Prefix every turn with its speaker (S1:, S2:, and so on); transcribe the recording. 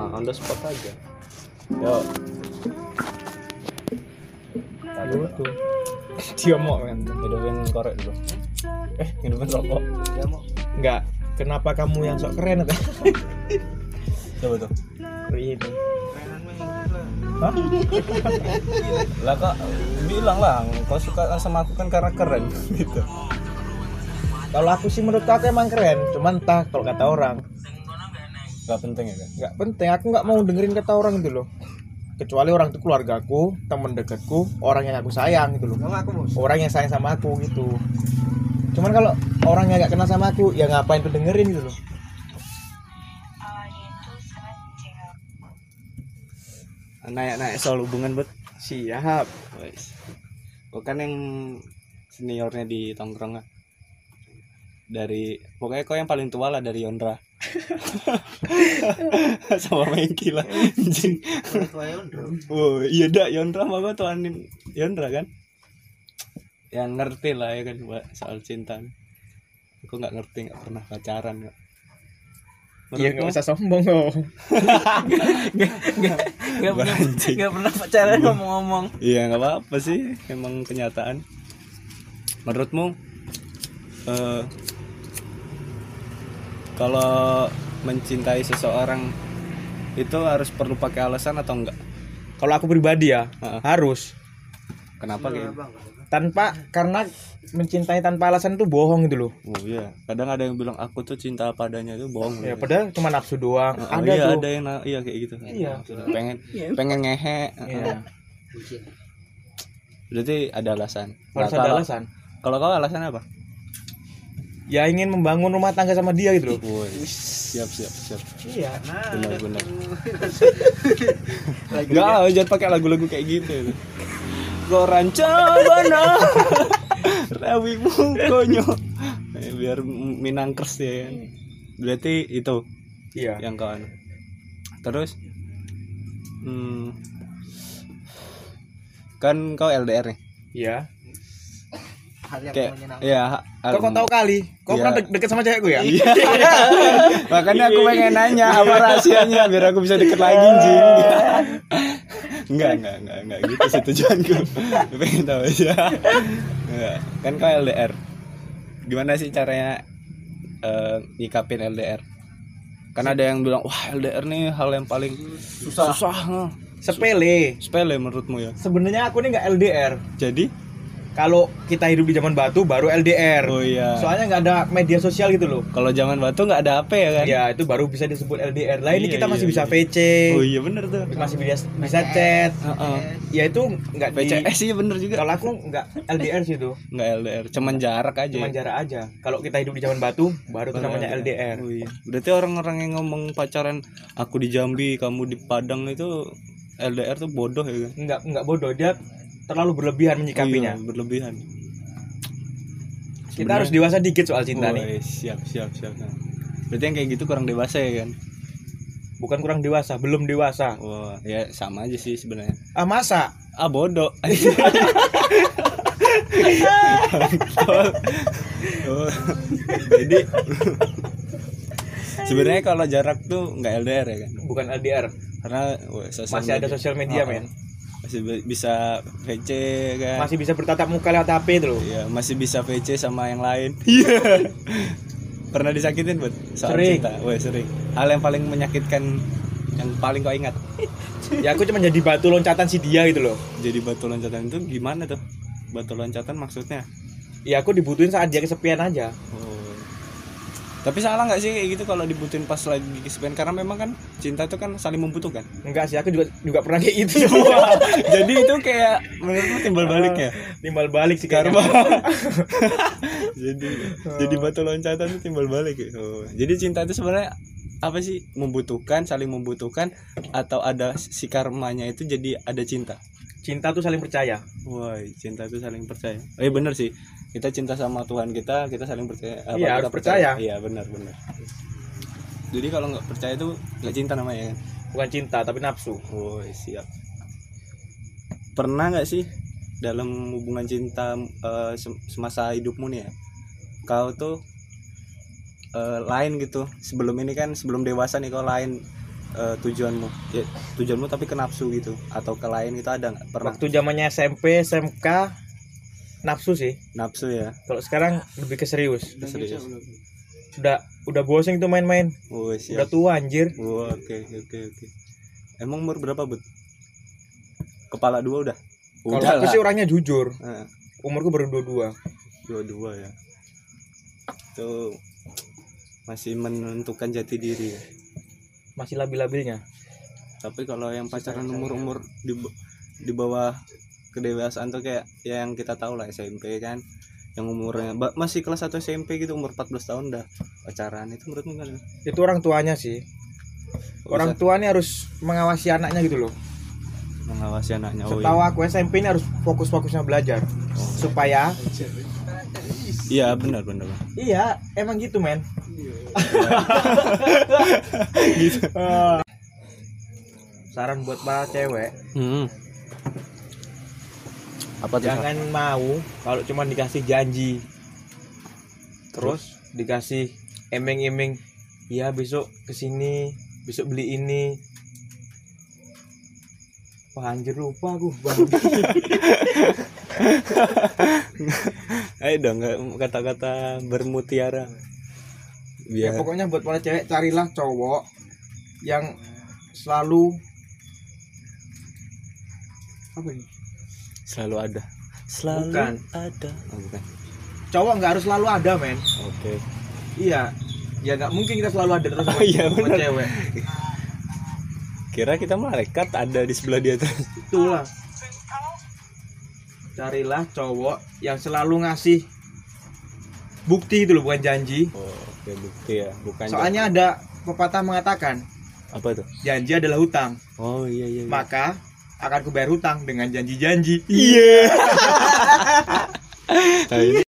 S1: Ah, on the spot aja yo
S2: Lu tuh. Dia mau kan.
S3: hidupin korek dulu eh hidupin rokok
S1: ya mau
S2: Enggak. Kenapa kamu yang sok keren atau
S3: coba tuh
S2: ini?
S3: Hah? lah kak bilang lah kau suka sama aku kan karena keren gitu
S2: Kalau aku sih menurut aku emang keren, cuman entah kalau kata orang
S3: gak penting ya kan
S2: nggak penting aku nggak mau dengerin kata orang itu loh kecuali orang itu keluargaku temen deketku orang yang aku sayang gitu loh
S4: Sama aku bos.
S2: orang yang sayang sama aku gitu cuman kalau orang yang nggak kenal sama aku ya ngapain tuh dengerin gitu loh
S1: naik-naik soal hubungan bet siap wes Gua kan yang seniornya di tongkrongan dari pokoknya kau yang paling tua lah dari Yondra sama Mengki lah anjing oh iya dak Yondra mah gua tuanin Yondra kan yang ngerti lah ya kan buat soal cinta aku nggak ngerti nggak pernah pacaran nggak
S2: Iya nggak usah sombong loh
S1: Gak pernah, gak pernah pacaran ngomong-ngomong Iya gak apa-apa sih Emang kenyataan Menurutmu eh, Kalau mencintai seseorang Itu harus perlu pakai alasan atau enggak?
S2: kalau aku pribadi ya
S1: Heeh.
S2: harus Iya,
S1: Kenapa kayak gitu?
S2: tanpa karena mencintai tanpa alasan tuh bohong gitu loh
S1: Oh iya Kadang ada yang bilang aku tuh cinta padanya itu bohong
S2: ya
S1: loh.
S2: padahal cuma nafsu doang
S1: Oh,
S2: ada
S1: iya,
S2: tuh
S1: ada yang na- iya kayak gitu
S2: Iya.
S1: pengen pengen ngehe
S2: Iya.
S1: berarti ada alasan Nah,
S2: harus ada
S1: kalau-
S2: alasan
S1: kalau kau alasan apa
S2: ya ingin membangun rumah tangga sama dia gitu loh
S1: Woi, siap siap siap.
S2: iya
S1: Benar benar. Enggak, ah, jangan pakai lagu-lagu kayak gitu. Goran Cabana. Rawi Mungkonyo. Eh, Biar minangkers ya kan. Berarti itu
S2: iya
S1: yang kawan. Terus hmm, kan kau LDR nih.
S2: iya
S4: Hal yang
S1: Kayak
S4: menyenangkan.
S1: ya
S2: Kok kau tahu kali? Kau
S1: Iya.
S2: pernah de- deket sama cewekku ya?
S1: Makanya aku pengen nanya apa rahasianya biar aku bisa deket lagi anjing. Enggak, enggak, enggak, enggak gitu sih tujuanku. pengen tahu aja. Enggak. Kan kau LDR. Gimana sih caranya eh, nyikapin LDR? Kan ada yang bilang, "Wah, LDR nih hal yang paling susah." Susah.
S2: Sepele.
S1: Sepele menurutmu ya.
S2: Sebenarnya aku ini nggak LDR.
S1: Jadi,
S2: Kalau kita hidup di zaman batu baru LDR.
S1: oh iya.
S2: Soalnya nggak ada media sosial gitu loh.
S1: Kalau zaman batu nggak ada HP ya kan?
S2: Ya itu baru bisa disebut LDR. Lah ini
S1: Iya,
S2: kita
S1: iya,
S2: masih bisa
S1: iya.
S2: VC,
S1: Oh iya bener tuh.
S2: masih bisa bisa chat.
S1: Heeh.
S2: Ya itu nggak di.
S1: PCS iya bener juga.
S2: Kalau aku nggak LDR sih itu,
S1: nggak LDR cuman jarak aja
S2: cuma
S1: ya?
S2: jarak aja. Kalau kita hidup di zaman batu baru itu
S1: Baru
S2: namanya LDR.
S1: Oh iya. berarti orang-orang yang ngomong pacaran aku di Jambi kamu di Padang itu LDR tuh bodoh ya kan
S2: Nggak nggak bodoh dia terlalu berlebihan
S1: Iya,
S2: menyikapinya.
S1: berlebihan
S2: Kita harus dewasa dikit soal cinta nih.
S1: Woi, Oh, iya, siap siap siap Nah, berarti yang kayak gitu kurang dewasa ya kan
S2: Bukan kurang dewasa, belum dewasa.
S1: wah ya sama aja sih sebenarnya
S2: Ah masa?
S1: ah bodoh Oh, jadi sebenarnya kalau jarak tuh nggak LDR ya kan
S2: Bukan LDR.
S1: karena wah, sosial
S2: masih ada
S1: media-
S2: sosial media
S1: Ah,
S2: men
S1: masih bi- bisa VC kan
S2: masih bisa bertatap muka lewat HP itu loh
S1: Iya, masih bisa VC sama yang lain iya pernah disakitin buat soal
S2: Sering.
S1: cinta Wah, sering hal yang paling menyakitkan yang paling kau ingat
S2: ya aku cuma jadi batu loncatan si dia gitu loh
S1: jadi batu loncatan itu gimana tuh batu loncatan maksudnya
S2: ya aku dibutuhin saat dia kesepian aja
S1: oh. tapi salah nggak sih kayak gitu kalau dibutuhin pas lagi kesepian karena memang kan cinta itu kan saling membutuhkan
S2: enggak sih aku juga juga pernah kayak gitu semua
S1: jadi itu kayak menurutmu timbal balik ya
S2: timbal balik sih
S1: karma
S2: karena
S1: Iya. jadi jadi
S2: Oh.
S1: batu loncatan itu timbal balik ya. Oh, jadi cinta itu sebenarnya apa sih membutuhkan saling membutuhkan atau ada si karmanya itu jadi ada cinta
S2: cinta tuh saling percaya
S1: wah cinta itu saling percaya eh bener sih kita cinta sama Tuhan kita kita saling percaya apa,
S2: Iya,
S1: kita
S2: harus percaya.
S1: iya benar benar jadi kalau nggak percaya itu nggak cinta namanya kan
S2: bukan cinta tapi nafsu
S1: wah siap pernah nggak sih dalam hubungan cinta eh, sem- semasa hidupmu nih ya kau tuh eh, lain gitu sebelum ini kan sebelum dewasa nih kau lain eh, tujuanmu ya, tujuanmu tapi ke nafsu gitu atau ke lain itu ada nggak pernah
S2: Waktu zamannya SMP, SMK nafsu sih.
S1: nafsu ya
S2: Kalau sekarang lebih ke serius.
S1: serius
S2: Udah udah bosen tuh main-main.
S1: oh
S2: Udah
S1: siap
S2: tua anjir.
S1: Oh, oke oke oke emang umur berapa bud kepala dua udah
S2: Kalau
S1: udah
S2: aku
S1: lah Eh,
S2: sih orangnya jujur.
S1: Heeh,
S2: Umurku baru dua-dua.
S1: dua dua ya itu masih menentukan jati diri ya.
S2: Masih labil-labilnya.
S1: tapi kalau yang pacaran umur umur di di bawah kedewasaan tuh kayak ya yang kita tahu lah SMP kan yang umurnya ba- masih kelas 1 SMP gitu umur 14 tahun dah pacaran itu menurutmu gimana?
S2: Itu orang tuanya sih. Orang
S1: Bisa
S2: tua ini harus mengawasi anaknya gitu loh.
S1: mengawasi anaknya oh,
S2: Setahu aku SMP ini harus fokus-fokusnya belajar supaya
S1: iya Iya, benar benar
S2: iya emang gitu men
S1: Iya. Gitu.
S2: Eh, saran buat para cewek
S1: hmm. apa tuh
S2: jangan mau kalau cuma dikasih janji terus dikasih emeng-emeng ya besok kesini besok beli ini Wah anjir lupa aku Bang.
S1: ayo dong nggak- kata-kata bermutiara
S2: ya
S1: biar
S2: pokoknya buat para cewek carilah cowok yang selalu apa ini
S1: selalu ada selalu
S2: Bukan.
S1: ada Oh, bukan
S2: cowok nggak harus selalu ada men
S1: oke
S2: iya ya nggak mungkin kita selalu ada terus sama-
S1: iya,
S2: sama
S1: benar.
S2: cewek
S1: kira kita malaikat ada di sebelah dia terus
S2: itulah carilah cowok yang selalu ngasih bukti itu loh bukan janji
S1: Oh, oke bukti ya, bukan
S2: soalnya ada pepatah mengatakan
S1: apa tuh?
S2: janji adalah hutang
S1: Oh iya iya. iya.
S2: maka akan kubayar hutang dengan janji-janji
S1: Iya. Nah, ini